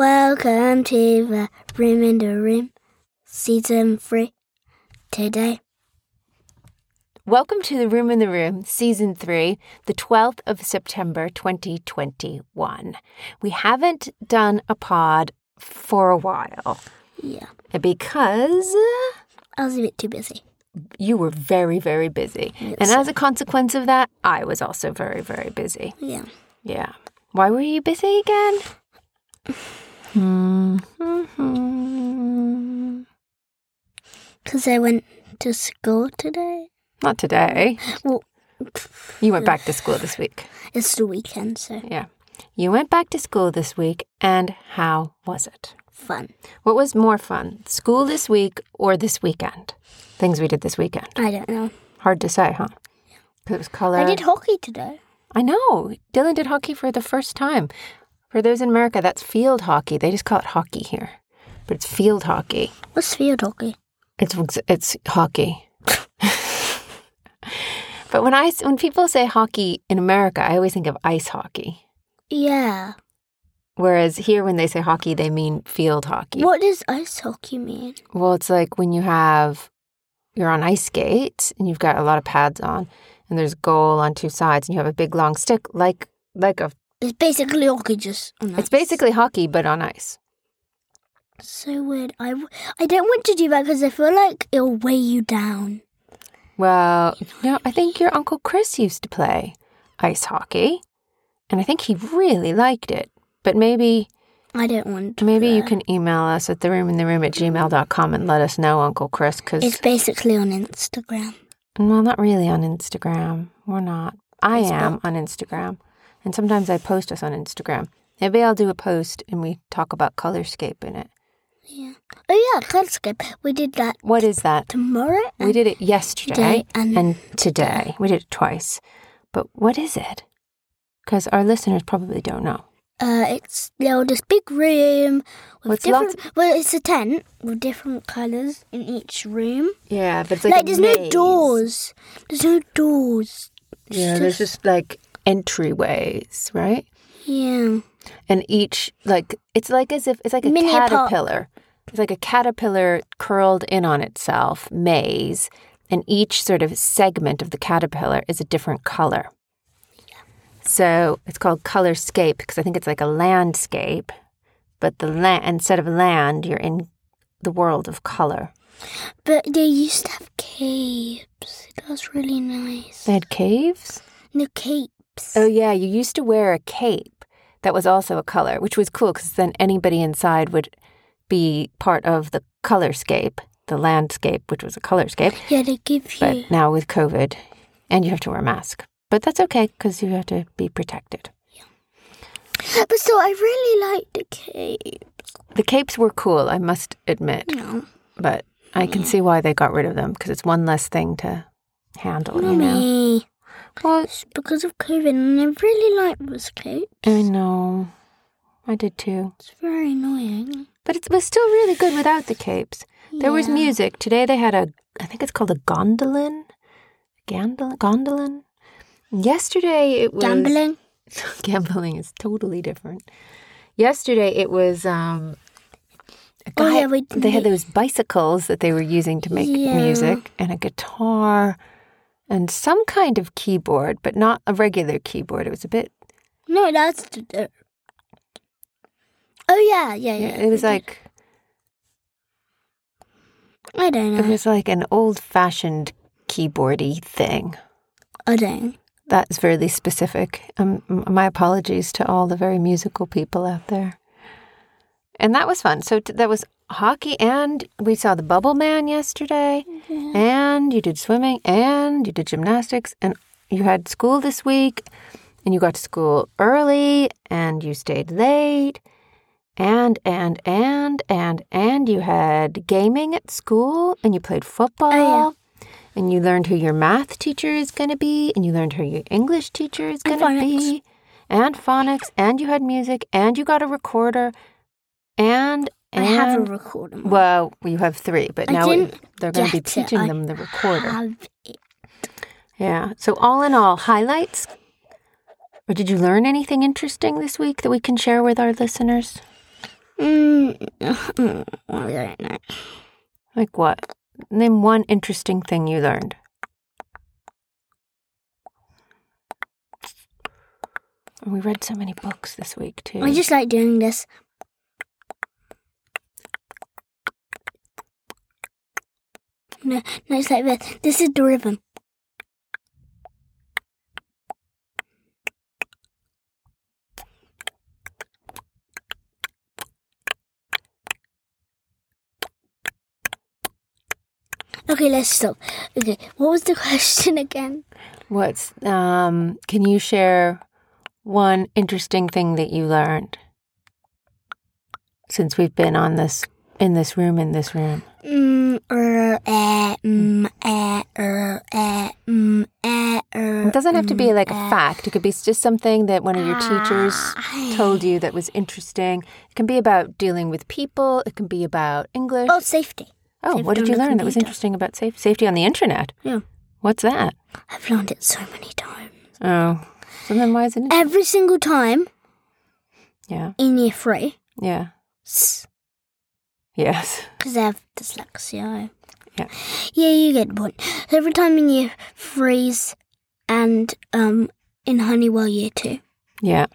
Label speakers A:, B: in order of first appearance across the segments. A: Welcome to the Room in the Room, Season 3. Today,
B: Welcome to the Room in the Room, Season 3, the 12th of September 2021. We haven't done a pod for a while
A: yeah,
B: because
A: I was a bit too busy.
B: you were very, very busy. And as a consequence of that, I was also very, very busy.
A: Yeah.
B: Yeah. Why were you busy again? Hmm.
A: Because I went to school today.
B: Not today.
A: Well,
B: You went back to school this week.
A: it's the weekend, so
B: Yeah. You went back to school this week, and how was it?
A: fun.
B: What was more fun, school this week or this weekend? Things we did this weekend.
A: I don't know.
B: Hard to say, huh? 'Cause it was color.
A: I did hockey today.
B: I know. Dylan did hockey for the first time. For those in America, that's field hockey. They just call it hockey here, but it's field hockey.
A: What's field hockey?
B: It's it's hockey. but when I s- when people say hockey in America, I always think of ice hockey.
A: Yeah.
B: Whereas here, when they say hockey, they mean field hockey.
A: What does ice hockey mean?
B: Well, it's like when you have you're on ice skates and you've got a lot of pads on, and there's a goal on two sides, and you have a big long stick like like a.
A: It's basically hockey, just on
B: It's
A: ice.
B: basically hockey but on ice.
A: so weird. I, w- I don't want to do that because I feel like it'll weigh you down.
B: Well, no, I think your uncle Chris used to play ice hockey, and I think he really liked it. But maybe
A: I don't want to.
B: maybe you
A: that.
B: can email us at the room in the room at gmail.com and let us know, Uncle Chris,
A: It's
B: because
A: basically on Instagram.
B: well, not really on Instagram. We're not. I am
A: Facebook.
B: on Instagram, and sometimes I post us on Instagram. Maybe I'll do a post and we talk about colorscape in it.
A: Yeah. Oh yeah, Colorscape. We did that
B: What is that?
A: tomorrow.
B: We did it yesterday
A: Today and-
B: Um, and today. We did it twice. But what is it? Because our listeners probably don't know.
A: Uh, it's you know, this big room with
B: With
A: different. Well, it's a tent with different colors in each room.
B: Yeah, but it's
A: Like, there's no doors. There's no doors. It's
B: Yeah, there's just like entryways, right?
A: yeah.
B: And each like it's like as if it's like a
A: Mini park.
B: caterpillar. It's like a caterpillar curled in on itself, maze, and each sort of segment of the caterpillar is a different color. So it's called colorscape because I think it's like a landscape, but the la- instead of land, you're in the world of color.
A: But they used to have capes. That was really nice.
B: They had caves.
A: No capes.
B: Oh, yeah. You used to wear a cape that was also a color, which was cool because then anybody inside would be part of the colorscape, the landscape, which was a colorscape.
A: Yeah, they give
B: But
A: you.
B: now with COVID, and you have to wear a mask. But that's okay because you have to be protected.
A: But still, I really like the cape.
B: The capes were cool, I must admit,
A: No,
B: but I can see why they got rid of them because it's one less thing to handle, you know?
A: mommy.
B: Well,
A: It's because of COVID, and I really like this cape.
B: I know. I did too.
A: It's very annoying.
B: But it was still really good without the capes. There was
A: Yeah.
B: music. Today they had a, I think it's called a gondolin. Gandol- gondolin? Yesterday it was.
A: Gambling.
B: Gambling is totally different. Yesterday it was. um a
A: Oh,
B: guy-
A: yeah, we-
B: they had those bicycles that they were using to make
A: Yeah.
B: music and a guitar and some kind of keyboard, but not a regular keyboard. It was a bit,
A: No, that's. The, the- Oh yeah, yeah, yeah.
B: it was
A: we
B: like,
A: did. I don't
B: it
A: know.
B: was like an old fashioned keyboardy thing.
A: I don't.
B: That's really specific. Um, m- my apologies to all the very musical people out there. And that was fun. So t- that was hockey, and we saw the bubble man yesterday, and you did swimming, and you did gymnastics, and you had school this week, and you got to school early, and you stayed late, and, and, and, and, and you had gaming at school, and you played football and you learned who your math teacher is going to be, and you learned who your English teacher is going
A: And
B: to be, and phonics, and you had music, and you got a recorder, and
A: I have a
B: and-
A: recording.
B: well, you have three, but
A: I
B: now we-
A: didn't
B: they're going to be
A: get it.
B: teaching
A: I
B: them the recorder.
A: Have it.
B: Yeah. So all in all, highlights. Or did you learn anything interesting this week that we can share with our listeners?
A: Mm, I don't know.
B: Like what? Name one interesting thing you learned. Oh, We read so many books this week too.
A: I just like doing this. No, no, it's like this. This is the rhythm. Okay, let's stop. Okay, what was the question again?
B: What's um can you share one interesting thing that you learned since we've been on this in this room in this room?
A: Mm, er, eh, mm, eh, er, eh, mm, eh, er,
B: It doesn't have to be
A: mm,
B: like a
A: eh.
B: fact. It could be s- just something that one of your teachers
A: Ah.
B: told you that was interesting. It can be about dealing with people, it can be about English.
A: Oh, safety.
B: Oh,
A: They've
B: what did
A: done
B: you
A: a
B: learn that was
A: computer.
B: interesting about safe- safety on the internet?
A: Yeah.
B: What's that?
A: I've learned it so many times.
B: Oh, so then why isn't it?
A: Every single time
B: Yeah,
A: in year three,
B: yeah,
A: because
B: yes,
A: I have dyslexia.
B: Yeah.
A: Yeah, you get the point. Every time in year threes and um in Honeywell year two,
B: yeah.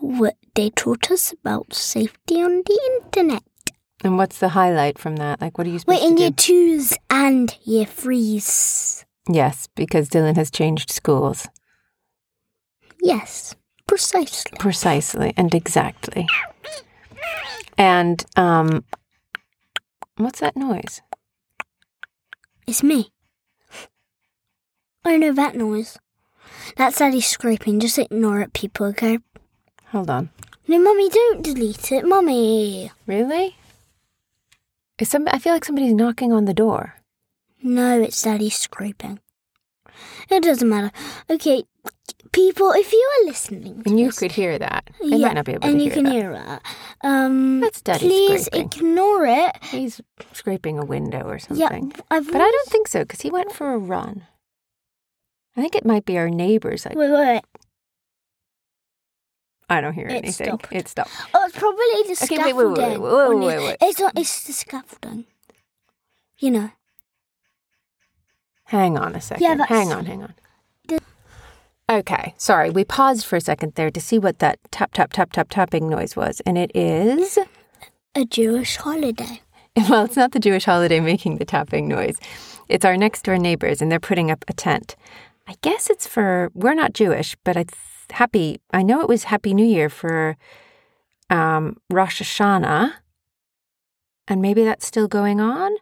A: what they taught us about safety on the internet.
B: And what's the highlight from that? Like, what are you
A: We're
B: supposed
A: in
B: to
A: year
B: do?
A: twos and year threes.
B: yes, because Dylan has changed schools
A: Yes, precisely.
B: precisely and exactly. And um, what's that noise?
A: It's me. I know that noise. That's Daddy scraping. Just ignore it, people, okay?
B: Hold on.
A: No, Mummy, don't delete it. Mummy.
B: Really? Is some? I feel like somebody's knocking on the door.
A: No, it's Daddy scraping. It doesn't matter. Okay, people, if you are listening. to
B: And you
A: this-
B: could hear that. They
A: Yeah,
B: might not be able
A: and
B: to
A: you
B: hear
A: can
B: that.
A: hear it. Um,
B: That's Daddy
A: Please
B: scraping.
A: ignore it.
B: He's scraping a window or
A: Yeah,
B: something.
A: I've.
B: But I don't think so because he went for a run. I think it might be our neighbors. Like,
A: Wait, wait, wait.
B: I don't hear
A: It
B: anything.
A: stopped.
B: It stopped.
A: Oh, it's probably the
B: Okay, wait,
A: scaffolding.
B: wait, wait, wait, wait,
A: on
B: wait,
A: it.
B: wait.
A: It's not. It's the scaffolding. You know.
B: Hang on a second.
A: Yeah, that's-
B: hang on, hang on.
A: The-
B: Okay, sorry. We paused for a second there to see what that tap, tap, tap, tap, tapping noise was. And it is.
A: a Jewish holiday.
B: Well, it's not the Jewish holiday making the tapping noise. It's our next door neighbors, and they're putting up a tent. I guess it's for, we're not Jewish, but it's happy. I know it was Happy New Year for um, Rosh Hashanah, and maybe that's still going on.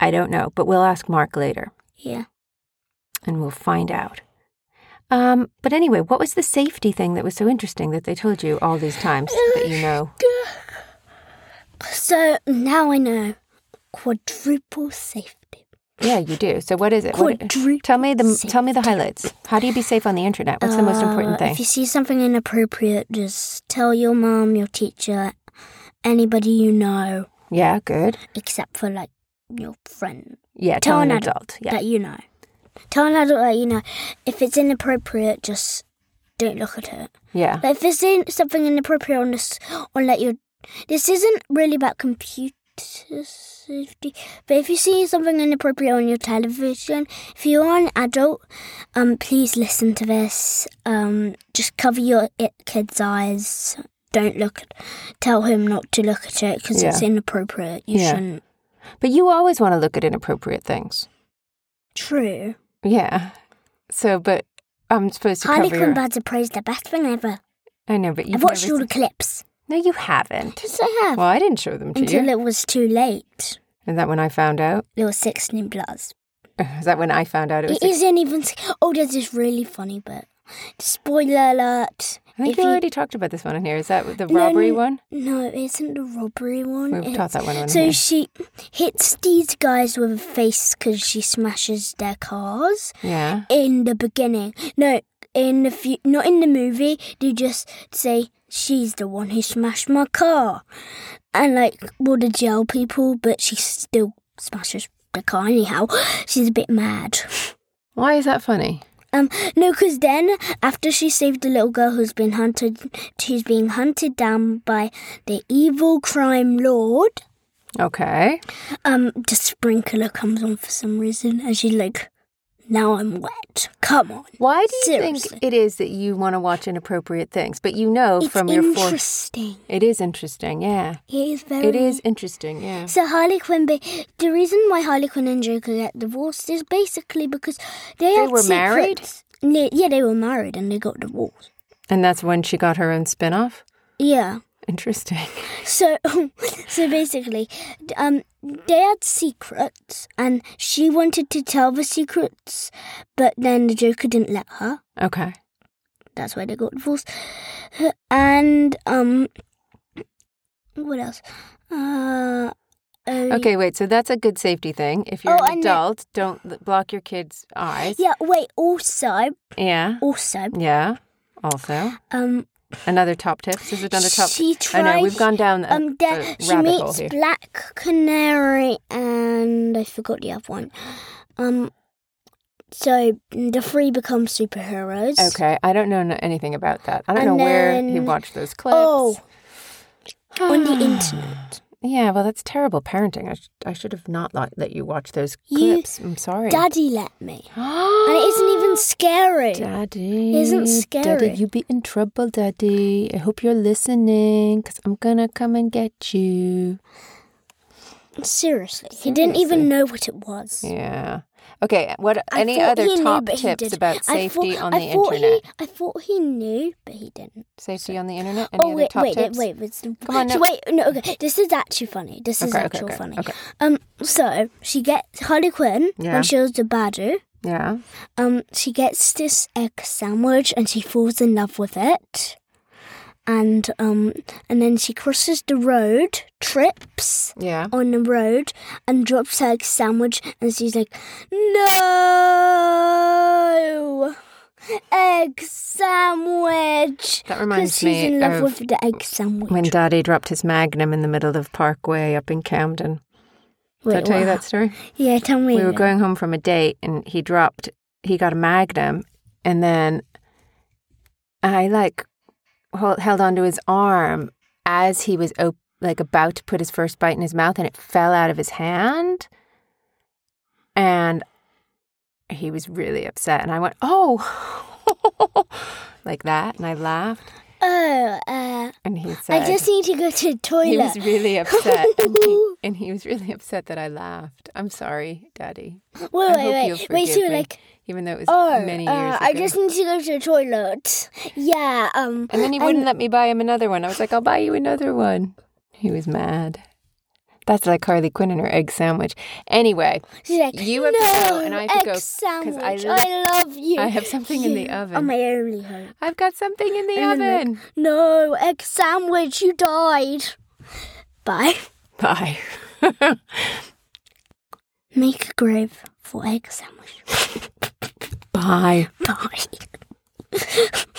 B: I don't know, but we'll ask Mark later
A: Yeah.
B: and we'll find out. Um, but anyway, what was the safety thing that was so interesting that they told you all these times that you know?
A: So now I know quadruple safety.
B: Yeah, you do. So what is it? What-
A: Quadruple.
B: Tell me the
A: safety.
B: tell me the highlights. How do you be safe on the internet? What's the most important
A: Uh,
B: thing?
A: If you see something inappropriate, just tell your mom, your teacher, anybody you know,
B: Yeah, good.
A: except for like your friend
B: Yeah,
A: Tell
B: tell an
A: an
B: adult. Yeah,
A: that you know. Tell an adult that you know. If it's inappropriate, just don't look at it.
B: yeah,
A: Like if there's in- something inappropriate on this, on like your, this isn't really about computer safety. But if you see something inappropriate on your television, if you are an adult, um, please listen to this. Um, just cover your i kid's eyes. Don't look. at- Tell him not to look at it because it's
B: Yeah.
A: inappropriate. You
B: Yeah.
A: shouldn't.
B: but you always want to look at inappropriate things.
A: True.
B: Yeah. So, but I'm supposed to
A: Harley
B: cover. Your,
A: Quinn Birds of Prey's the best thing ever.
B: I know, but you've
A: I've watched
B: never
A: all the
B: seen-
A: clips.
B: No, you haven't.
A: Yes, I have.
B: Well, I didn't show them to
A: until
B: you.
A: it was too late.
B: Is that when I found out?
A: It was 16 plus.
B: Is that when I found out it was?
A: It isn't even. sc- Oh, there's this really funny bit. Spoiler alert.
B: I think
A: if
B: you
A: you-
B: already talked about this one in here. Is that the
A: No,
B: robbery
A: no.
B: one?
A: No, it isn't the robbery one.
B: We've
A: it's-
B: taught that one on
A: So
B: here.
A: she hits these guys with a face because she smashes their cars
B: Yeah.
A: in the beginning. No, in the few, not in the movie. They just say she's the one who smashed my car, and like all the jail people, but she still smashes the car anyhow. She's a bit mad.
B: Why is that funny?
A: Um, no, because then after she saved the little girl who's been hunted, she's being hunted down by the evil crime lord.
B: Okay.
A: Um, the sprinkler comes on for some reason, and she's like, "Now I'm wet. Come on."
B: Why do you
A: Seriously.
B: think it is that you want to watch inappropriate things, but you know
A: It's
B: Oh, from your fourth?
A: interesting.
B: It is interesting, yeah.
A: It is very.
B: It is interesting, yeah.
A: So Harley Quinn, ba- the reason why Harley Quinn and Joker get divorced is basically because they,
B: They
A: had
B: were married?
A: secrets. Ne- Yeah, they were married and they got divorced.
B: And that's when she got her own spin off?
A: Yeah.
B: Interesting.
A: So, so basically, d- um, they had secrets, and she wanted to tell the secrets, but then the Joker didn't let her.
B: Okay.
A: That's why they got divorced. And um, what else? Uh, oh,
B: Okay, wait. So that's a good safety thing. If you're
A: Oh,
B: an
A: and the-
B: adult, don't l- block your kids' eyes.
A: Yeah. Wait. Also,
B: Yeah.
A: also,
B: Yeah. Also,
A: um,
B: another top tip. This is another top.
A: she
B: I
A: tried.
B: know Oh, we've gone down a,
A: um,
B: Uh, a
A: there, she
B: rabbit hole
A: meets
B: here.
A: Black Canary, and I forgot the other one. Um, so the three become superheroes.
B: Okay, I don't know n- anything about that. I don't
A: And
B: know where he
A: then-
B: watched those clips.
A: Oh, on the internet.
B: yeah. Well, that's terrible parenting. I, sh- I should have not let, let you watch those
A: You-
B: clips. I'm sorry.
A: Daddy let me, and it isn't even scary.
B: Daddy,
A: Isn't scary.
B: Daddy, you be in trouble, Daddy. I hope you're listening, cause I'm gonna come and get you.
A: Seriously, he didn't even know what it was.
B: Yeah. Okay. What?
A: I
B: any
A: thought
B: other
A: he knew,
B: top
A: but he
B: tips
A: didn't.
B: about
A: I
B: safety
A: thought-
B: on
A: I
B: the
A: thought
B: internet?
A: He, I thought he knew, but he didn't.
B: Safety on the internet. Any
A: Oh
B: other
A: wait,
B: top
A: wait,
B: tips?
A: wait, wait, wait,
B: Come on,
A: so
B: no.
A: wait, no, okay. This is actually funny. This is
B: Okay, okay,
A: actually
B: okay,
A: funny.
B: okay.
A: Um, so she gets Harley Quinn
B: Yeah.
A: when she was the Badu.
B: Yeah.
A: Um, she gets this egg sandwich and she falls in love with it, and um, and then she crosses the road, trips
B: Yeah.
A: on the road, and drops her egg sandwich, and she's like, no. Egg sandwich.
B: That
A: 'Cause
B: reminds
A: she's
B: me
A: in love
B: of
A: with the egg sandwich.
B: when Daddy dropped his Magnum in the middle of Parkway up in Camden. Did I
A: Wait,
B: tell you
A: what?
B: that story?
A: Yeah, tell me.
B: We were
A: then.
B: going home from a date and he dropped, he got a magnum and then I like hol- held onto his arm as he was op- like about to put his first bite in his mouth and it fell out of his hand. And he was really upset and I went, oh, like that. And I laughed
A: Oh, uh,
B: and he said,
A: I just need to go to the
B: he
A: toilet.
B: was really upset, and he, and he was really upset that I laughed. I'm sorry, Daddy.
A: wait,
B: I
A: Oh, wait,
B: hope
A: wait.
B: you'll
A: wait,
B: forgive
A: so
B: me,
A: like,
B: even though it was
A: oh,
B: many years
A: uh, I
B: ago.
A: just need to go to the toilet. Yeah, um.
B: and then he
A: and-
B: wouldn't let me buy him another one. I was like, I'll buy you another one. He was mad. That's like Harley Quinn and her egg sandwich. Anyway,
A: She's like,
B: You
A: no,
B: have to go, and I have to
A: egg
B: go, 'cause I
A: sandwich.
B: lo-
A: I love you.
B: I have something in the
A: You Are
B: oven.
A: my only hope.
B: I've got something in the
A: And then, like,
B: oven.
A: No, egg sandwich. You died. Bye.
B: Bye.
A: Make a grave for egg sandwich.
B: Bye.
A: Bye.